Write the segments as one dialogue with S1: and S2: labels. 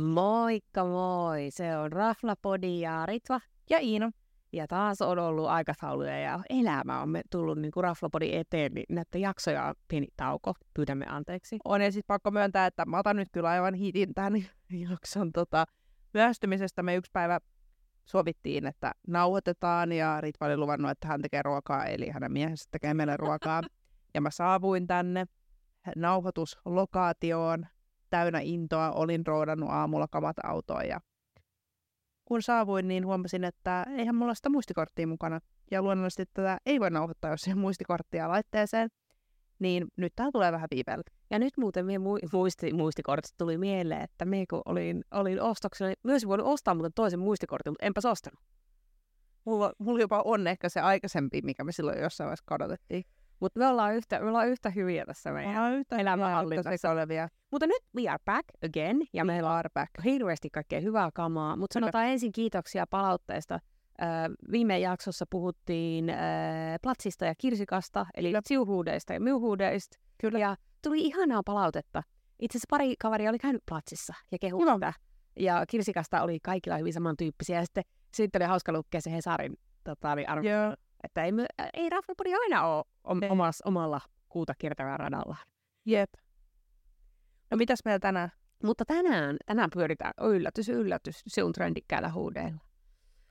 S1: Moikka moi! Se on Raflapodi ja Ritva ja Iino. Ja taas on ollut aikatauluja ja elämä on me tullut niin kuin Raflapodin eteen, niin näitä jaksoja on pieni tauko. Pyydämme anteeksi.
S2: On ja siis pakko myöntää, että mä otan nyt kyllä aivan hitin tämän jakson tota, myöhästymisestä. Me yksi päivä sovittiin, että nauhoitetaan ja Ritva oli luvannut, että hän tekee ruokaa, eli hänen miehensä tekee meille ruokaa. ja mä saavuin tänne nauhoituslokaatioon täynnä intoa, olin roodannut aamulla kamat autoon ja kun saavuin, niin huomasin, että eihän mulla sitä muistikorttia mukana. Ja luonnollisesti tätä ei voi nauhoittaa, jos ei ole muistikorttia laitteeseen. Niin nyt tää tulee vähän viipeellä.
S1: Ja nyt muuten mie mui- muisti, muistikortit tuli mieleen, että me kun olin, olin ostoksella, niin myös voinut ostaa muuten toisen muistikortin, mutta enpäs ostanut.
S2: Mulla, mulla jopa on ehkä se aikaisempi, mikä me silloin jossain vaiheessa kadotettiin.
S1: Mutta me ollaan yhtä, me ollaan yhtä hyviä tässä meidän
S2: Mä oon yhtä
S1: elämänhallinnassa.
S2: elämänhallinnassa olevia.
S1: Mutta nyt we are back again, ja meillä on back. hirveästi kaikkea hyvää kamaa. Mutta
S2: Kyllä.
S1: sanotaan ensin kiitoksia palautteesta. Ö, viime jaksossa puhuttiin ö, platsista ja kirsikasta, eli
S2: Kyllä.
S1: siuhuudeista ja miuhuudeista.
S2: Kyllä.
S1: Ja tuli ihanaa palautetta. Itse asiassa pari kaveria oli käynyt platsissa ja kehui
S2: Joo.
S1: sitä. Ja kirsikasta oli kaikilla hyvin samantyyppisiä. Ja sitten, sitten oli hauska lukea se Hesarin tota, niin arvo,
S2: Joo.
S1: että ei, me- ei Rafflepodi aina ole om,
S2: Ei.
S1: omas, omalla kuuta kiertävää radalla.
S2: Jep. No mitäs meillä tänään?
S1: Mutta tänään, tänään pyöritään, yllätys, yllätys, se on trendikkäillä huudeilla.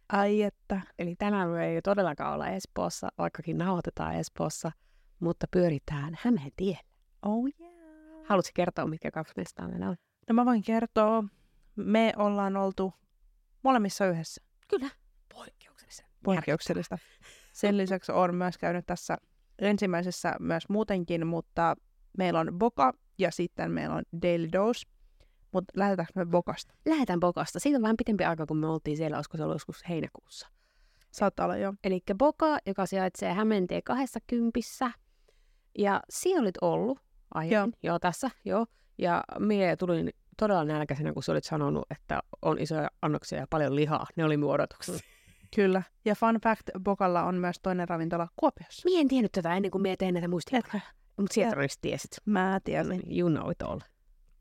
S2: Ai että.
S1: Eli tänään me ei todellakaan olla Espoossa, vaikkakin nauhoitetaan Espoossa, mutta pyöritään Hämeen tiellä.
S2: Oh yeah.
S1: Haluatko kertoa, mitkä kaksi mestaa meillä on?
S2: No mä voin kertoa. Me ollaan oltu molemmissa yhdessä.
S1: Kyllä, poikkeuksellisen.
S2: Poikkeuksellista. Sen lisäksi olen myös käynyt tässä ensimmäisessä myös muutenkin, mutta meillä on Boka ja sitten meillä on Daily Dose. Mutta lähdetäänkö me Bokasta?
S1: Lähetään Bokasta. Siitä on vähän pitempi aika, kun me oltiin siellä, olisiko se ollut joskus heinäkuussa.
S2: Saattaa olla jo.
S1: Eli Boka, joka sijaitsee Hämeentie 20. Ja siellä olit ollut aiemmin. Joo. joo, tässä, joo. Ja mie tulin todella nälkäisenä, kun sä olit sanonut, että on isoja annoksia ja paljon lihaa. Ne oli minun odotuksessa.
S2: Kyllä. Ja fun fact, Bokalla on myös toinen ravintola Kuopiossa.
S1: Mie en tiennyt tätä ennen kuin mie tein näitä muistia.
S2: Etkö?
S1: Mutta sieltä olisi tiesit.
S2: Mä tiedän.
S1: You know it all.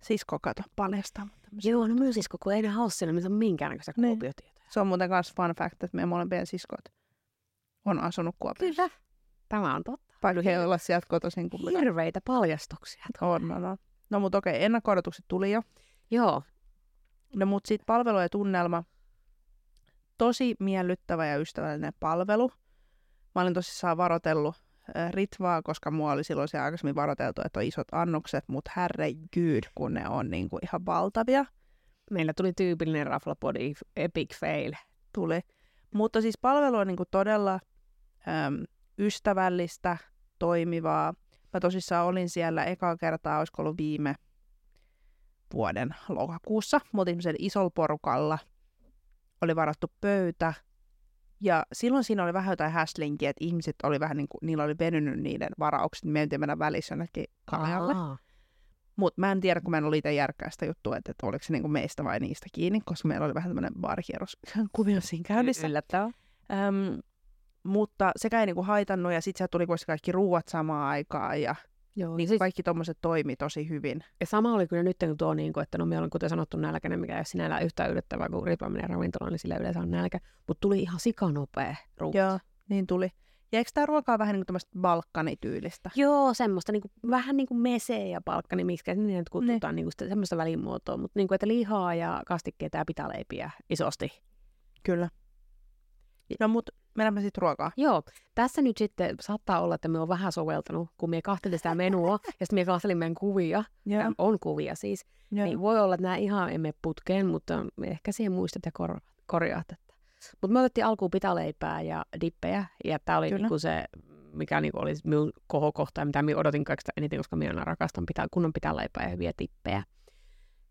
S2: Sisko kato paljastaa. mut tämmösen.
S1: Joo, no minun sisko, kun ei enää ole siellä, missä on minkäännäköistä
S2: Niin.
S1: kuopiotietoja.
S2: Se on muuten myös fun fact, että meidän molempien siskot on asunut Kuopiossa.
S1: Kyllä. Tämä on totta.
S2: Vaikka he ei olla sieltä kotoisin kumpikaan.
S1: Hirveitä paljastuksia.
S2: On, on, on. No mutta okei, okay, ennakko-odotukset tuli jo.
S1: Joo,
S2: No mutta sitten palvelu ja tunnelma. Tosi miellyttävä ja ystävällinen palvelu. Mä olin tosissaan varotellut äh, Ritvaa, koska mua oli silloin se aikaisemmin varoteltu, että on isot annokset, mutta herre good, kun ne on niinku ihan valtavia.
S1: meillä tuli tyypillinen raflapodi epic fail.
S2: tuli. Mutta siis palvelu on niinku todella äm, ystävällistä, toimivaa. Mä tosissaan olin siellä ekaa kertaa, olisiko ollut viime vuoden lokakuussa. Mä oltiin semmoisella isolla porukalla. Oli varattu pöytä. Ja silloin siinä oli vähän jotain häslinkiä, että ihmiset oli vähän niin kuin, niillä oli venynyt niiden varaukset. Me ei mennä välissä jonnekin kaljalle.
S1: Aa.
S2: Mutta mä en tiedä, kun mä en ole itse järkkää sitä juttua, että, että oliko se niinku meistä vai niistä kiinni, koska meillä oli vähän tämmöinen baarikierros kuvio siinä käynnissä.
S1: Yllättävää.
S2: Öm, mutta sekä ei niinku haitannut ja sitten tuli kuitenkin kaikki ruuat samaan aikaan ja
S1: Joo,
S2: niin
S1: siis,
S2: kaikki tommoset toimi tosi hyvin.
S1: ja sama oli kyllä nyt, kun tuo, niin kuin, että no me ollaan kuten sanottu nälkäinen, mikä ei ole sinällään yhtään yllättävää, kun Ritva menee ravintolaan, niin sillä yleensä on nälkä. Mutta tuli ihan sikanopea ruoka.
S2: Joo, niin tuli. Ja eikö tämä ruokaa vähän niinku tämmöistä balkkanityylistä?
S1: Joo, semmoista niinku, vähän niin kuin mese ja palkka, niin miksi niitä nyt kutsutaan, niinku, sitä, semmoista välimuotoa. Mutta niinku, että lihaa ja kastikkeita ja pitaleipiä isosti.
S2: Kyllä. No mut mennään me sitten ruokaa.
S1: Joo, tässä nyt sitten saattaa olla, että me on vähän soveltanut, kun me kahtelin sitä menua ja sitten me kahtelin meidän kuvia.
S2: Joo,
S1: On kuvia siis.
S2: joo.
S1: Niin voi olla, että nämä ihan emme putkeen, mutta ehkä siihen muistat ja kor- korjaat. Että. Mutta me otettiin alkuun pitaleipää ja dippejä, ja tämä oli
S2: Kyllä.
S1: niinku se, mikä niinku oli minun kohokohta, ja mitä minä odotin kaikista eniten, koska minä aina rakastan pita- kunnon pitaleipää ja hyviä dippejä.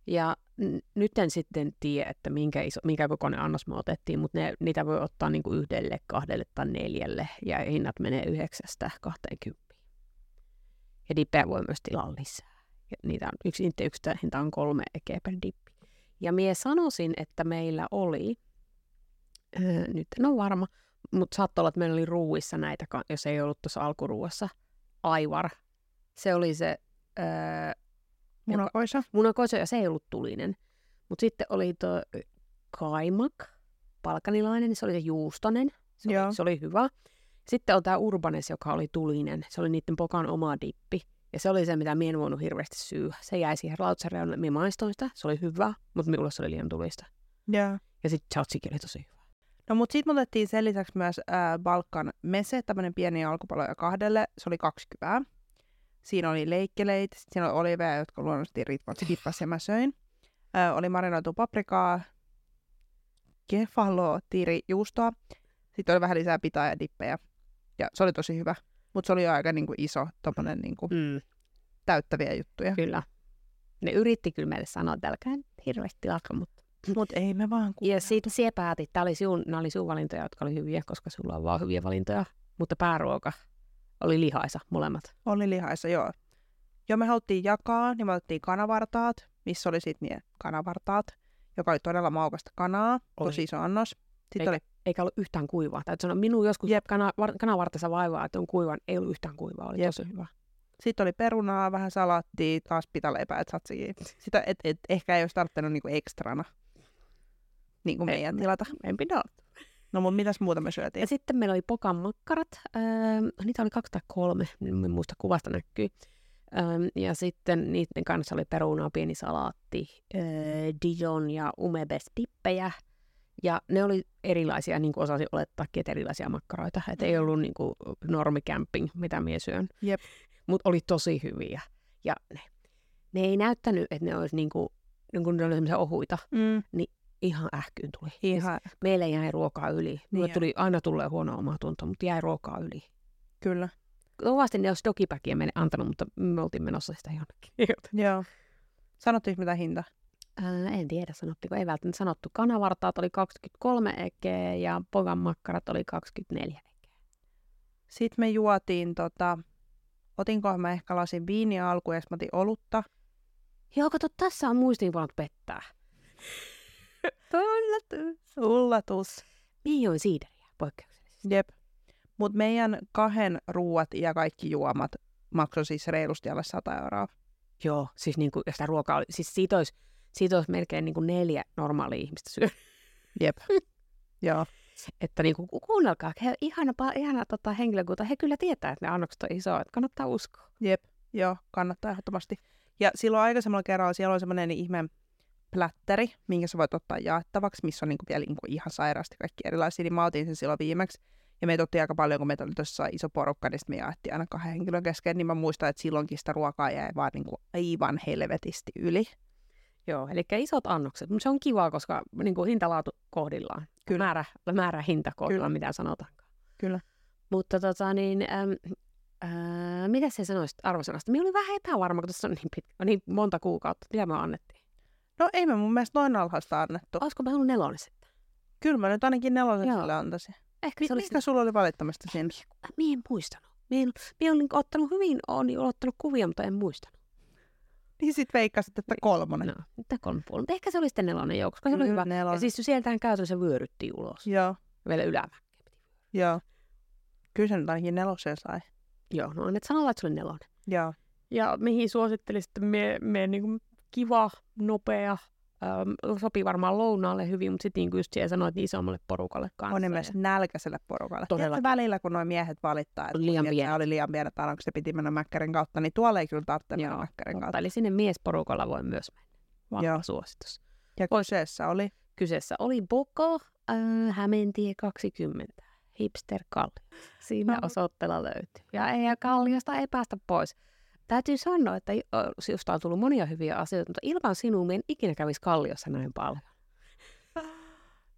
S1: Ja n- nyt en sitten tiedä, että minkä, iso, minkä kokoinen annos me otettiin, mutta ne, niitä voi ottaa niinku yhdelle, kahdelle tai neljälle, ja hinnat menee yhdeksästä kahteen kymppiin. Ja dippejä voi myös tilaa lisää ja niitä on yksi, niiden yksittäinen hinta on kolme ekeä per dippi. Ja mie sanoisin, että meillä oli, öö, nyt en ole varma, mutta saattoi olla, että meillä oli ruuissa näitä, ka- jos ei ollut tuossa alkuruuassa, aivar. Se oli se öö,
S2: Munakoissa.
S1: munakoiso ja se ei ollut tulinen. Mutta sitten oli tuo kaimak, palkanilainen, niin se oli se juustonen. Se
S2: Joo.
S1: oli, se oli hyvä. Sitten on tämä urbanes, joka oli tulinen. Se oli niiden pokan oma dippi. Ja se oli se, mitä minä en voinut hirveästi syyä. Se jäi siihen lautsen reunalle. Minä maistoin sitä, se oli hyvä, mutta minulle se oli liian tulista.
S2: Joo.
S1: Ja sitten tzatziki oli tosi hyvä.
S2: No mut sit me otettiin sen lisäksi myös ää, Balkan mese, tämmönen pieni alkupaloja kahdelle. Se oli 20. Siinä oli leikkeleit, sit siinä oli oliveja, jotka luonnollisesti ritmat skippas ja mä söin. Ää, oli marinoitu paprikaa, kefalo, tiiri, juustoa. Sitten oli vähän lisää pitaa ja dippejä. Ja se oli tosi hyvä. Mutta se oli jo aika niinku, iso, tommonen niinku,
S1: Mm,
S2: täyttäviä juttuja.
S1: kyllä. Ne yritti kyllä meille sanoa, että älkää nyt hirveästi tilatko, mutta
S2: Mut ei me vaan ku...
S1: Ja sitten sinä päätit, tämä oli sinun, nämä oli sinun valintoja, jotka oli hyviä, koska sulla on vaan hyviä valintoja. Mutta pääruoka oli lihaisa molemmat.
S2: Oli niin lihaissa, joo. Joo, me haluttiin jakaa, niin me otettiin kanavartaat, missä oli sitten ne kanavartaat, joka oli todella maukasta kanaa,
S1: Oli.
S2: oli. tosi iso annos. Sitten
S1: Eikä-
S2: oli,
S1: Eikä ollut yhtään kuivaa. Täytyy sanoa, minun joskus
S2: Jep.
S1: kana, var, kanavartassa vaivaa, että on kuivan. Ei ollut yhtään kuivaa, oli
S2: Jep.
S1: tosi hyvä.
S2: sit oli perunaa, vähän salaattia, taas pitaleipää, et satsikin. Sitä et, et, ehkä ei olisi tarttunut niinku ekstrana, niin kuin
S1: Ei,
S2: meidän
S1: me-
S2: tilata.
S1: En pidä.
S2: No mutta mitäs muuta me
S1: Ja
S2: syötiin?
S1: sitten meillä oli pokan makkarat. Öö, niitä oli kaksi tai kolme, en muista kuvasta näkyy. Öö, ja sitten niiden kanssa oli perunaa, pieni salaatti, öö, Dijon ja umebes dippejä. Ja ne oli erilaisia, niin kuin osasin olettaakin, että erilaisia makkaroita. Että ei ollut niin kuin normikämping, mitä mie syön.
S2: Mm. Jep.
S1: Mutta oli tosi hyviä. Ja ne, ne ei näyttänyt, että ne olisi niin kuin, niin kuin ne oli semmoisia ohuita.
S2: Mm,
S1: Ihan ähkyyn tuli. Ja
S2: ihan,
S1: meille jäi ruokaa yli. Mulle
S2: Niin
S1: tuli, aina tulee huono omatunto, mutta jäi ruokaa yli.
S2: kyllä.
S1: Kovasti ne olisi dokipäkiä meille antanut, mutta me oltiin menossa sitä jonnekin.
S2: Joo. Sanottiinko mitä hinta?
S1: Ää, Äh, en tiedä, sanottiko. Ei välttämättä sanottu. Kanavartaat oli 23 ekeä ja pogan makkarat oli 24 ekeä.
S2: Sitten me juotiin tota, otinkohan mä ehkä lasin viiniä alkuun ja sit mä otin olutta.
S1: Joo, kato, tässä on muistiinpanot pettää.
S2: Ullatus. Ullatus.
S1: Mie join siideriä poikkeuksellisesti.
S2: Jep. Mutta meidän kahden ruuat ja kaikki juomat maksoi siis reilusti alle 100 euroa.
S1: Joo, siis niin kuin, sitä ruokaa oli, siis siitä olisi, siitä olisi melkein niin kuin neljä normaalia ihmistä syö.
S2: Jep. Joo.
S1: Että niin kuin, kuunnelkaa, he ihana, pa- ihana tota, henkilökunta, he kyllä tietää, että ne annokset on isoja, että kannattaa uskoa.
S2: Jep. Joo, kannattaa ehdottomasti. Ja silloin aikaisemmalla kerralla siellä oli semmoinen ihme plätteri, minkä sä voit ottaa jaettavaksi, missä on niinku vielä niinku ihan sairaasti kaikki erilaisia, niin mä otin sen silloin viimeksi. Ja meitä otti aika paljon, kun meitä oli tuossa iso porukka, niin sit me jaettiin aina kahden henkilön kesken, niin mä muistan, että silloinkin sitä ruokaa jäi vaan niinku aivan helvetisti yli.
S1: Joo, eli isot annokset, mutta se on kiva, koska niin kuin hintalaatu kohdillaan.
S2: Kyllä.
S1: Määrä, määrä hinta kohdillaan,
S2: Kyllä.
S1: mitä sanotaankaan.
S2: Kyllä.
S1: Mutta tota niin, äm, äh, mitä sä sanoisit arvosanasta? Minä olin vähän epävarma, kun tässä on niin, pitkä, on niin monta kuukautta, mitä me annettiin.
S2: No ei me mun mielestä noin alhaista annettu.
S1: Olisiko me ollut nelonen sitten?
S2: Kyllä mä nyt ainakin nelosen
S1: Joo.
S2: sille antaisin.
S1: Ehkä
S2: Mi-
S1: se oli
S2: mikä sulla oli valittamista siinä?
S1: Minä en muistanut. Minä olin niin ottanut hyvin, olen ottanut kuvia, mutta en muistanut.
S2: Niin sit veikkasit, että kolmonen.
S1: No, mitä kolme puoli. Mutta ehkä se oli sitten nelonen jo, koska se oli
S2: Mm,
S1: hyvä. Ja
S2: Nelonen.
S1: siis sieltähän käytännössä vyöryttiin ulos.
S2: Joo,
S1: Vielä ylämäkeen.
S2: joo. Kyllä se nyt ainakin nelosen sai.
S1: Joo, no annet sanoa, että se oli nelonen.
S2: Joo.
S1: Ja mihin suosittelisitte me, me niin kuin kiva, nopea, äm, sopii varmaan lounaalle hyvin, mutta sitten niin kuin just siellä sanoit, niin isommalle porukalle kanssa.
S2: On ne
S1: Ja-
S2: myös nälkäiselle porukalle.
S1: Todellakin.
S2: Tiedätkö välillä, kun nuo miehet valittaa, että
S1: Oli liian
S2: kun
S1: pienet.
S2: ne oli liian pienet, tai onko se piti mennä mäkkärin kautta, niin tuolla ei kyllä tarvitse mennä
S1: Joo,
S2: mäkkärin
S1: Totta,
S2: kautta.
S1: eli sinne miesporukalla voi myös mennä. Vahva
S2: Joo.
S1: suositus.
S2: Ja kyseessä oli,
S1: Kyseessä oli Boko, äh, Hämeentie 20, Hipster Kallio. Siinä
S2: No.
S1: osoitteella löytyy. Ja ei ja Kalliosta ei päästä pois. Täytyy sanoa, että ö, sinusta on tullut monia hyviä asioita, mutta ilman sinua minä en ikinä kävisi Kalliossa näin paljon.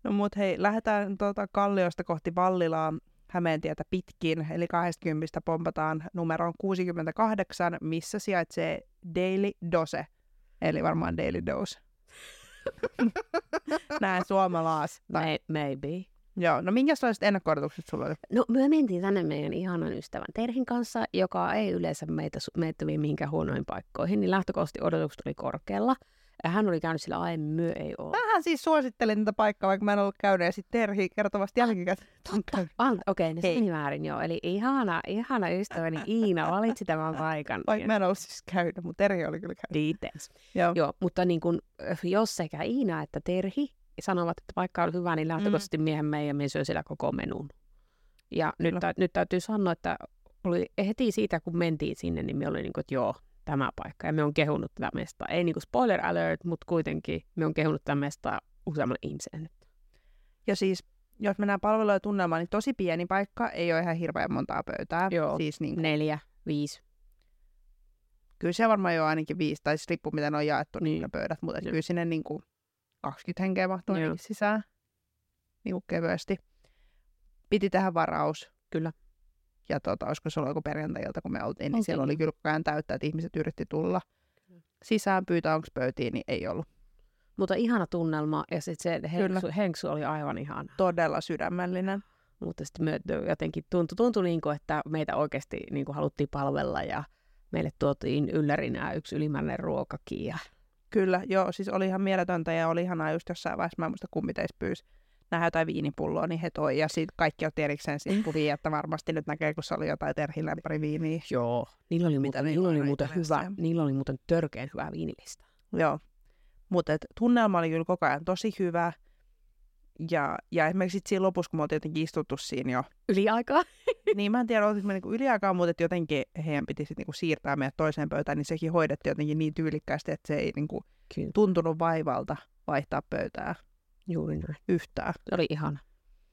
S2: no mut hei, lähdetään tuota Kalliosta kohti Vallilaa Hämeentietä pitkin, eli 20 pompataan numeroon 68, missä sijaitsee Daily Dose, eli varmaan Daily Dose. Näin suomalaas.
S1: May, maybe.
S2: Joo, no minkälaiset ennakko-odotukset sulla oli?
S1: No me mentiin tänne meidän ihanan ystävän Terhin kanssa, joka ei yleensä meitä, su- meitä vie mihinkään huonoihin paikkoihin, niin lähtökohtaisesti odotukset oli korkealla. Hän oli käynyt sillä aiemmin, myö ei ole.
S2: Mähän siis suosittelen tätä paikkaa, vaikka mä en ollut käynyt, ja sitten Terhi kertovasti jälkikäteen. Totta.
S1: Ah, Okei, okay,
S2: Hei.
S1: niin se meni väärin joo. Eli ihana, ihana ystäväni Iina valitsi tämän paikan.
S2: Vaikka mä en ollut siis käynyt, mutta Terhi oli kyllä käynyt.
S1: Kiitos.
S2: Joo.
S1: Niin Joo, mutta niin kun, äh, jos sekä Iina että Terhi sanovat, että vaikka on hyvä, niin lähtökohtaisesti miehen meidän mies syö siellä koko menun. Ja nyt,
S2: Mm. Kyllä.
S1: tä, nyt täytyy sanoa, että oli heti siitä, kun mentiin sinne, niin me oli niin kuin, että joo, tämä paikka. Ja me on kehunut tätä mestaa. Ei niin kuin spoiler alert, mutta kuitenkin me on kehunut tätä mestaa useamman ihmisen nyt.
S2: Ja siis, jos mennään palveluja tunnelmaan, niin tosi pieni paikka, ei ole ihan hirveän montaa pöytää.
S1: Joo.
S2: Siis niin,
S1: Neljä, viisi.
S2: kyllä se varmaan jo ainakin viisi, tai siis riippuu miten ne on jaettu niin.
S1: Niin.
S2: ne pöydät, mutta et
S1: Joo.
S2: kyllä sinne niin kuin 20 henkeä mahtuu
S1: Joo.
S2: ainakin sisään niin kuin kevyesti. Piti tähän varaus.
S1: Kyllä.
S2: Ja tota, olisiko se ollut joku perjantailta, kun me oltiin, niin
S1: Oltiin,
S2: siellä oli
S1: joo.
S2: kyllä koko ajan täyttä, että ihmiset yritti tulla
S1: Kyllä.
S2: sisään pyytää, onko pöytiin, niin ei ollut.
S1: Mutta ihana tunnelma ja sitten se
S2: Kyllä.
S1: henksu, henksu oli aivan ihana.
S2: Todella sydämellinen.
S1: Mutta sitten me jotenkin tuntui, tuntui niin kuin, että meitä oikeasti niin kuin haluttiin palvella ja meille tuotiin yllärinä yksi ylimmäinen ruokakin. Ja,
S2: Kyllä, joo, siis oli ihan mieletöntä ja oli ihanaa just jossain vaiheessa, mä en muista kumpi teistä pyysi nähdä jotain viinipulloa, niin he toi, ja sitten kaikki otti erikseen siitä kuvia, että varmasti nyt näkee, kun se oli jotain Terhin lämpäri viiniä.
S1: joo. Niillä oli, muuten,
S2: ne
S1: niillä oli
S2: aina
S1: muuten
S2: Italiassa
S1: hyvä,
S2: ja-
S1: niillä oli muuten törkeän hyvä viinilista.
S2: Joo. Mutta tunnelma oli kyllä koko ajan tosi hyvä. Ja, ja esimerkiksi sit siinä lopussa, kun me oltiin jotenkin istuttu siinä jo,
S1: Yli aikaa.
S2: niin mä en tiedä, oltiinko me niinku yliaikaa, mutta et jotenkin heidän piti sit niinku siirtää meidät toiseen pöytään, niin sekin hoidettiin jotenkin niin tyylikkäästi, että se ei niinku
S1: Kyllä.
S2: tuntunut vaivalta vaihtaa pöytää
S1: Juuri näin.
S2: yhtään.
S1: Se oli ihana.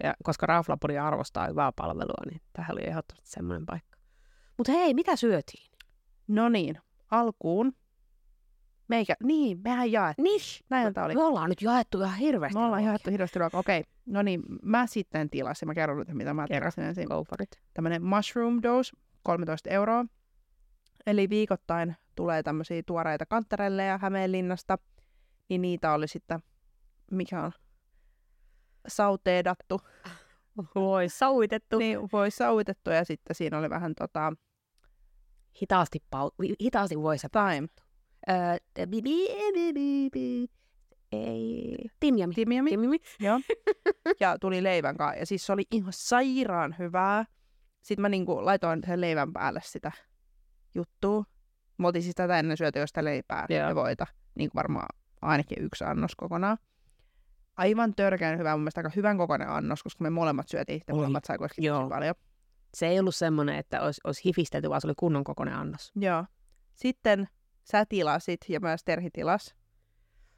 S1: Ja koska Raflapodi arvostaa hyvää palvelua, niin tähän oli ehdottomasti semmoinen paikka. Mutta hei, mitä syötiin?
S2: No niin, alkuun. Meikä, niin, mehän jaettiin.
S1: Nish.
S2: Näin tää oli.
S1: Me ollaan nyt jaettu ihan hirveästi.
S2: Me ollaan
S1: ruokia.
S2: jaettu hirveästi ruokaa. Okei, no niin, mä sitten tilasin, mä kerron nyt, mitä mä
S1: Kerro.
S2: tilasin ensin.
S1: Go for it.
S2: tämmöinen mushroom dose, 13 euroa. Eli viikoittain tulee tämmöisiä tuoreita kanttarelleja Hämeenlinnasta, niin niitä oli sitten, mikä on sauteedattu,
S1: Voi, sauitettu.
S2: niin voi sauitettu ja sitten siinä oli vähän tota
S1: Hitaasti, pau- vi- hitaasti voissa
S2: time,
S1: Ö, te- bi- bi- bi- bi- bi- Ei. Timjami.
S2: timiami,
S1: Timjami.
S2: ja tuli leivän kanssa. Ja siis se oli ihan sairaan hyvää. Sitten mä niinku laitoin sen leivän päälle sitä juttua. Mä oltiin siis tätä ennen syöty jo sitä leipää
S1: Joo.
S2: ja voita. Niin kuin varmaan ainakin yksi annos kokonaan. Aivan törkeän hyvä, mun mielestä aika hyvän kokoinen annos, koska me molemmat syötiin sitä,
S1: Oli.
S2: molemmat sai kuitenkin tosi
S1: Joo.
S2: paljon.
S1: Se ei ollut semmoinen, että olisi, olisi hifistelty, vaan se oli kunnon kokoinen annos.
S2: Joo. Sitten sä tilasit ja myös Terhi tilas.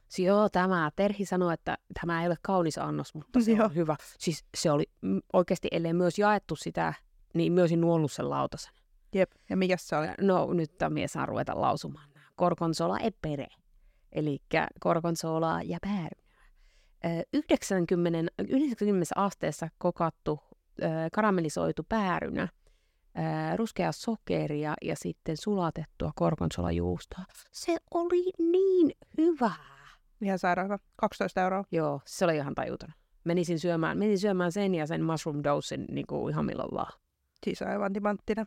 S1: Si- Joo, tämä. Terhi sanoi, että tämä ei ole kaunis annos, mutta se
S2: Joo.
S1: on hyvä. Siis se oli mm, oikeasti, ellei myös jaettu sitä, niin myös nuollut sen lautasen.
S2: Jep. Ja mikä se oli?
S1: No nyt tämä mies saa ruveta lausumaan. nää. Korkonsola e pere. Eli korkonsolaa ja päärynää. Ö, 90, 90 asteessa kokattu ö, karamellisoitu päärynä, ö, ruskea sokeria ja sitten sulatettua korkonsolajuustoa. Se oli niin hyvää.
S2: Ihan sairaan hyvä. 12 euroa.
S1: Joo, se oli ihan tajuton. Menisin syömään, menin syömään sen ja sen mushroom dosen niin kuin ihan milloin vaan.
S2: Siis aivan timanttinen.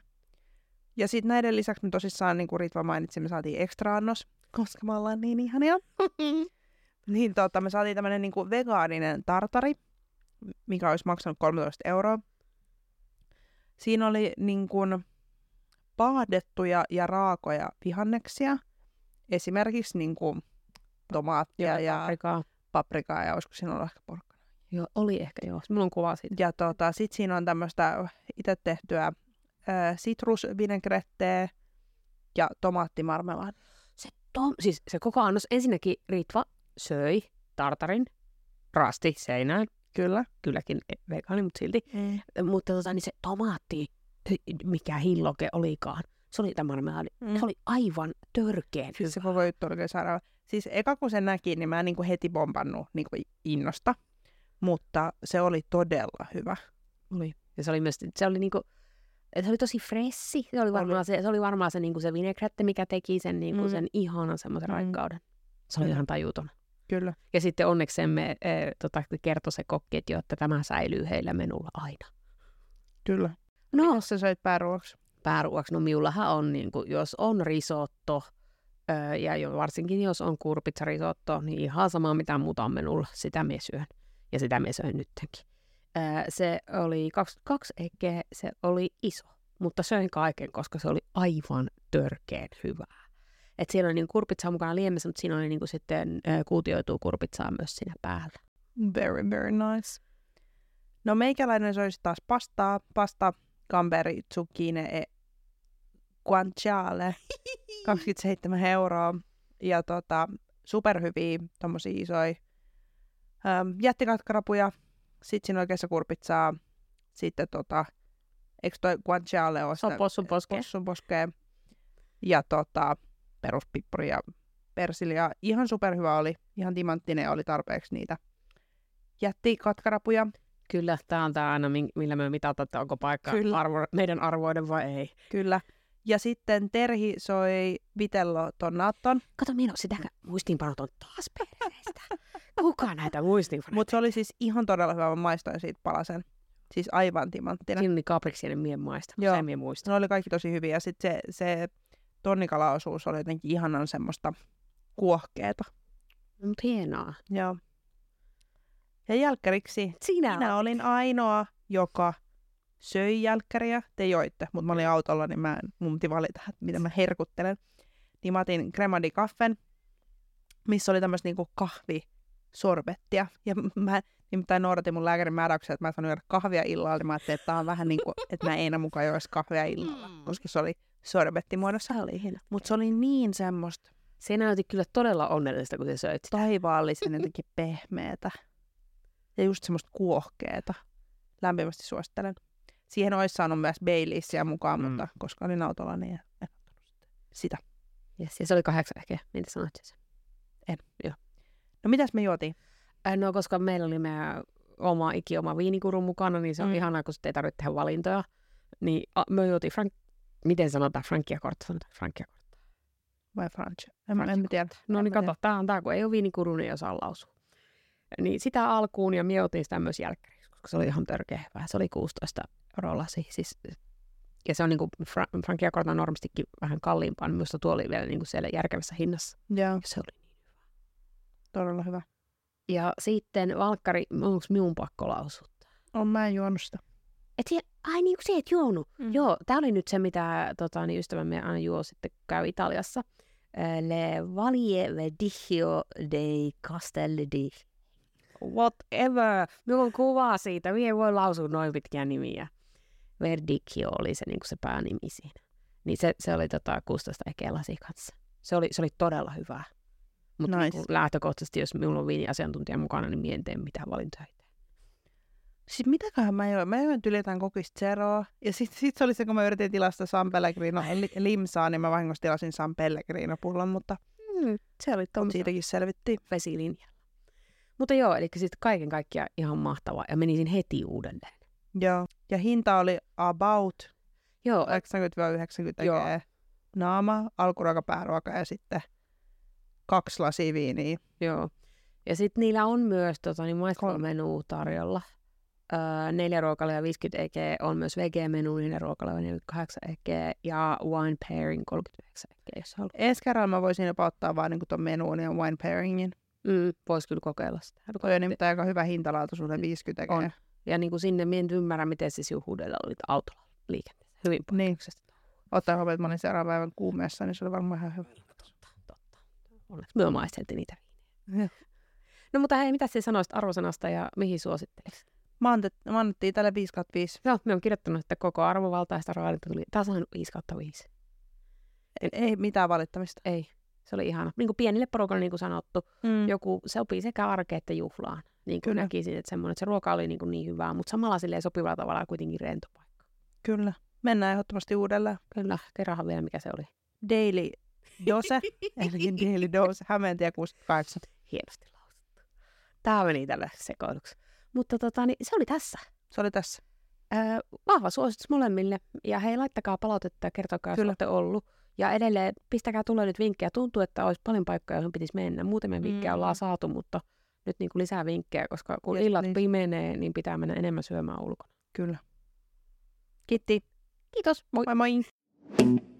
S2: Ja sitten näiden lisäksi me tosissaan, niin kuin Ritva mainitsi, me saatiin ekstra annos, koska me ollaan niin ihania. Niin tota, me saatiin tämmönen niin kuin vegaaninen tartari, mikä olisi maksanut 13 euroa. Siinä oli niin kuin paahdettuja ja raakoja vihanneksia, esimerkiksi niin kuin tomaattia ja
S1: Paprikaa.
S2: paprikaa ja olisiko siinä ollut ehkä porkkana.
S1: Joo, oli ehkä joo. Mulla on kuva siitä.
S2: Ja tota, sit siinä on tämmöistä itse tehtyä ää, sitrusvinegretteä ja tomaattimarmelaadi.
S1: se, tom, siis se koko annos, ensinnäkin Ritva söi tartarin rasti seinään,
S2: Kyllä.
S1: kylläkin e-, vegaani, mutta silti.
S2: Mm.
S1: Mutta tota, niin se tomaatti, hy- mikä hilloke olikaan, se oli tämä marmelaadi.
S2: Mm.
S1: Se oli aivan törkeen
S2: Siis se koko juttu oli kyllä sairaava. Siis eka kun sen näki, niin mä en niinku heti bombannut niinku innosta, mutta se oli todella hyvä.
S1: Oli. Ja se oli myös, se oli niinku, se oli tosi fressi. Se oli varmaan se, se, oli varmaan se, niinku se vinaigrette, mikä teki sen, niinku
S2: Mm.
S1: sen ihanan semmoisen
S2: Mm.
S1: mm. raikkauden. Se oli
S2: Kyllä.
S1: ihan tajuton.
S2: Kyllä.
S1: Ja sitten onneksemme eh, tota, kertoi se kokki, että, joo, että tämä säilyy heillä menulla aina.
S2: Kyllä.
S1: No,
S2: Jos sä söit pääruoksi.
S1: pääruoaksi, no miullahan on, niin kuin, jos on niinku, risotto, Öö, ja jo, varsinkin jos on kurpitsa risotto, niin ihan sama mitä muuta on menulla, sitä mie syön. Ja sitä mie söin nyttenkin. Öö, se oli 22 ekeä, se oli iso, mutta söin kaiken, koska se oli aivan törkeen hyvää. Et siellä oli niin kurpitsaa mukana liemessä, mutta siinä oli niin kuin sitten öö, kuutioituu kurpitsaa myös siinä päällä.
S2: Very, very nice. No meikäläinen se olisi taas pastaa. Pasta, gamberi, zucchine e guanciale. 27 euroa. Ja tota, superhyviä, tommosia isoja ähm, jättikatkarapuja. Sitten siinä oikeassa kurpitsaa. Sitten tota, eikö toi guanciale ole
S1: Se on possun poskea.
S2: possun poskea. Ja tota, peruspippuri ja persilia. Ihan superhyvä oli. Ihan timanttinen oli tarpeeksi niitä. Jätti katkarapuja.
S1: Kyllä, tämä on tämä aina, min- millä me mitataan, että onko paikka
S2: Kyllä.
S1: arvo, meidän arvoiden vai ei.
S2: Kyllä. Ja sitten Terhi soi Vitello Tonnaton,
S1: Kato, minä sitä muistiinpanot on taas perheestä. Kuka näitä muistiinpanoja?
S2: mutta se oli siis ihan todella hyvä, mä maistoin siitä palasen. Siis aivan timanttina.
S1: Siinä oli kapriksien mien maista,
S2: Joo.
S1: se mien muista.
S2: Ne oli kaikki tosi hyviä ja sitten se, se tonnikalaosuus oli jotenkin ihanan semmoista kuohkeeta.
S1: No, mutta hienoa.
S2: Joo. Ja jälkkäriksi
S1: Sinä
S2: minä olin ainoa, joka söi jälkkäriä. Te joitte, mutta mä olin autolla, niin mä en, mun piti valita, että mitä mä herkuttelen. Niin mä otin Cremadi kaffen, missä oli tämmöistä niinku kahvisorbettia. Ja mä nimittäin noudatin mun lääkärin määräyksiä, että mä en saanut juoda kahvia illalla, niin mä ajattelin, että tää on vähän niin kuin, että mä en mukaan juoisi kahvia illalla,
S1: Mm.
S2: koska se oli sorbettimuodossa.
S1: oli hieno.
S2: Mutta se oli niin semmoista
S1: Se näytti kyllä todella onnellista, kun se söit sitä.
S2: taivaallisen jotenkin pehmeätä. Ja just semmoista kuohkeeta. Lämpimästi suosittelen. Siihen olisi saanut myös Baileysia mukaan,
S1: Mm.
S2: mm. mutta koska olin autolla, niin en en ottanut sitten sitä.
S1: Yes, ja se oli kahdeksan ehkä, mitä sanoit sen?
S2: No mitäs me juotiin?
S1: Äh, No, koska meillä oli meidän oma iki oma viinikurun mukana, niin se on mm.
S2: Mm.
S1: ihanaa, kun sitten ei tarvitse tehdä valintoja. Niin a, me juotiin Frank... Miten sanotaan Frankia kortta? Sanotaan Frankia kortta.
S2: Vai French? En, en, en mä tiedä.
S1: No
S2: En
S1: niin
S2: mä tiedä.
S1: kato, tämä on tämä, kun ei ole viinikuru, niin ei osaa lausua. Niin sitä alkuun ja mietin sitä myös jälkkäriksi, koska se oli ihan törkeä hyvä. Se oli 16 rollasi. Siis, ja se on niin kuin Fra- Frankia Korta normastikin vähän kalliimpaa, niin minusta tuo oli vielä niin kuin siellä järkevässä hinnassa.
S2: Joo,
S1: Se oli.
S2: todella hyvä.
S1: Ja sitten Valkkari, onko minun pakko lausua?
S2: On mä en juonut sitä.
S1: Et sie, ai niin kuin se, et juonut.
S2: Mm.
S1: Joo, tämä oli nyt se, mitä tota, niin ystävämme aina juo sitten, kun käy Italiassa. Eh, Le Valie Vedicchio dei Castelli di whatever. Minulla on kuvaa siitä, minä en voi lausua noin pitkiä nimiä. Verdicchio oli se, niin kuin se päänimi siinä. Niin se, se oli tota, 16 ekeä lasi kanssa. Se oli, se oli todella hyvää. Mutta nice.
S2: Nice.
S1: niin lähtökohtaisesti, jos minulla on viiniasiantuntija mukana, niin minä en tee mitään valintoja itse.
S2: Siis mitäköhän mä join? Mä join tyljetään kokista zeroa. Ja sit, sit se oli se, kun mä yritin tilasta San Pellegrino li, limsaa, niin mä vahingossa tilasin San Pellegrino pullon, mutta
S1: Mm, se oli
S2: Tom.
S1: tommoista.
S2: siitäkin selvittiin.
S1: vesilinjalla. Mutta joo, eli sitten kaiken kaikkiaan ihan mahtavaa. Ja menisin heti uudelleen.
S2: Joo. Ja hinta oli about
S1: Joo, ä,
S2: 80-90
S1: Joo.
S2: Joo. naama, alkuruoka, pääruoka ja sitten kaksi lasia viiniä.
S1: joo. Ja sitten niillä on myös tota, niin maistelumenu tarjolla. Öö, neljä ruokalaa ja 50 ekeä on myös VG-menu, neljä ruokalaa ja 48 ekeä ja wine pairing 39 ekeä, jos haluaa.
S2: Ensi kerralla mä voisin jopa ottaa vaan niin tuon menuun ja wine pairingin.
S1: Mm, Voisi kyllä kokeilla sitä.
S2: Toi on nimittäin aika hyvä hintalaatuisuuden 50
S1: On.
S2: ekeä.
S1: Ja niin kuin sinne, minä en ymmärrä, miten se juhuudella oli autolla liikenteessä. Hyvin paljon.
S2: Niin. Ottaa huomioon, että mä olin seuraavan päivän kuumeessa, niin se oli varmaan ihan hyvä.
S1: Totta, totta. Onneksi myö maisteltiin niitä
S2: Joo.
S1: viinejä. No mutta hei, mitä sä sanoisit arvosanasta ja mihin suosittelisit?
S2: Mä, antet, mä annettiin tälle 5 5.
S1: Joo, me on kirjoittanut, että koko arvovaltaista raadinta tuli tasan 5 kautta 5.
S2: Ei mitään valittamista.
S1: Ei, se oli ihana. Niin kuin pienille porukalle, niin kuin sanottu,
S2: Mm.
S1: joku, se opii sekä arkeen että juhlaan. Niin kuin
S2: Kyllä.
S1: näkisin, että, semmoinen, että se ruoka oli niin, kuin niin hyvää, mutta samalla silleen sopivalla tavalla kuitenkin rento paikka.
S2: Kyllä. Mennään ehdottomasti uudelleen.
S1: Kyllä, kerranhan vielä mikä se oli.
S2: Daily Dose, eli Daily Dose, Hämeentie 68.
S1: Hienosti lausuttu. Tämä meni tällä sekoiluksi. Mutta tota, niin, se oli tässä.
S2: Se oli tässä.
S1: Öö, vahva suositus molemmille. Ja hei, laittakaa palautetta ja kertokaa, jos
S2: Kyllä.
S1: olette ollut. Ja edelleen, pistäkää tulee nyt vinkkejä. Tuntuu, että olisi paljon paikkoja, joihin pitisi mennä. Muuten me vinkkejä
S2: Mm.
S1: ollaan saatu, mutta nyt niin kuin lisää vinkkejä, koska kun
S2: Yes,
S1: illat
S2: please.
S1: pimenee, niin pitää mennä enemmän syömään ulkona.
S2: Kyllä. Kiitti.
S1: Kiitos, moi!
S2: Moi moi.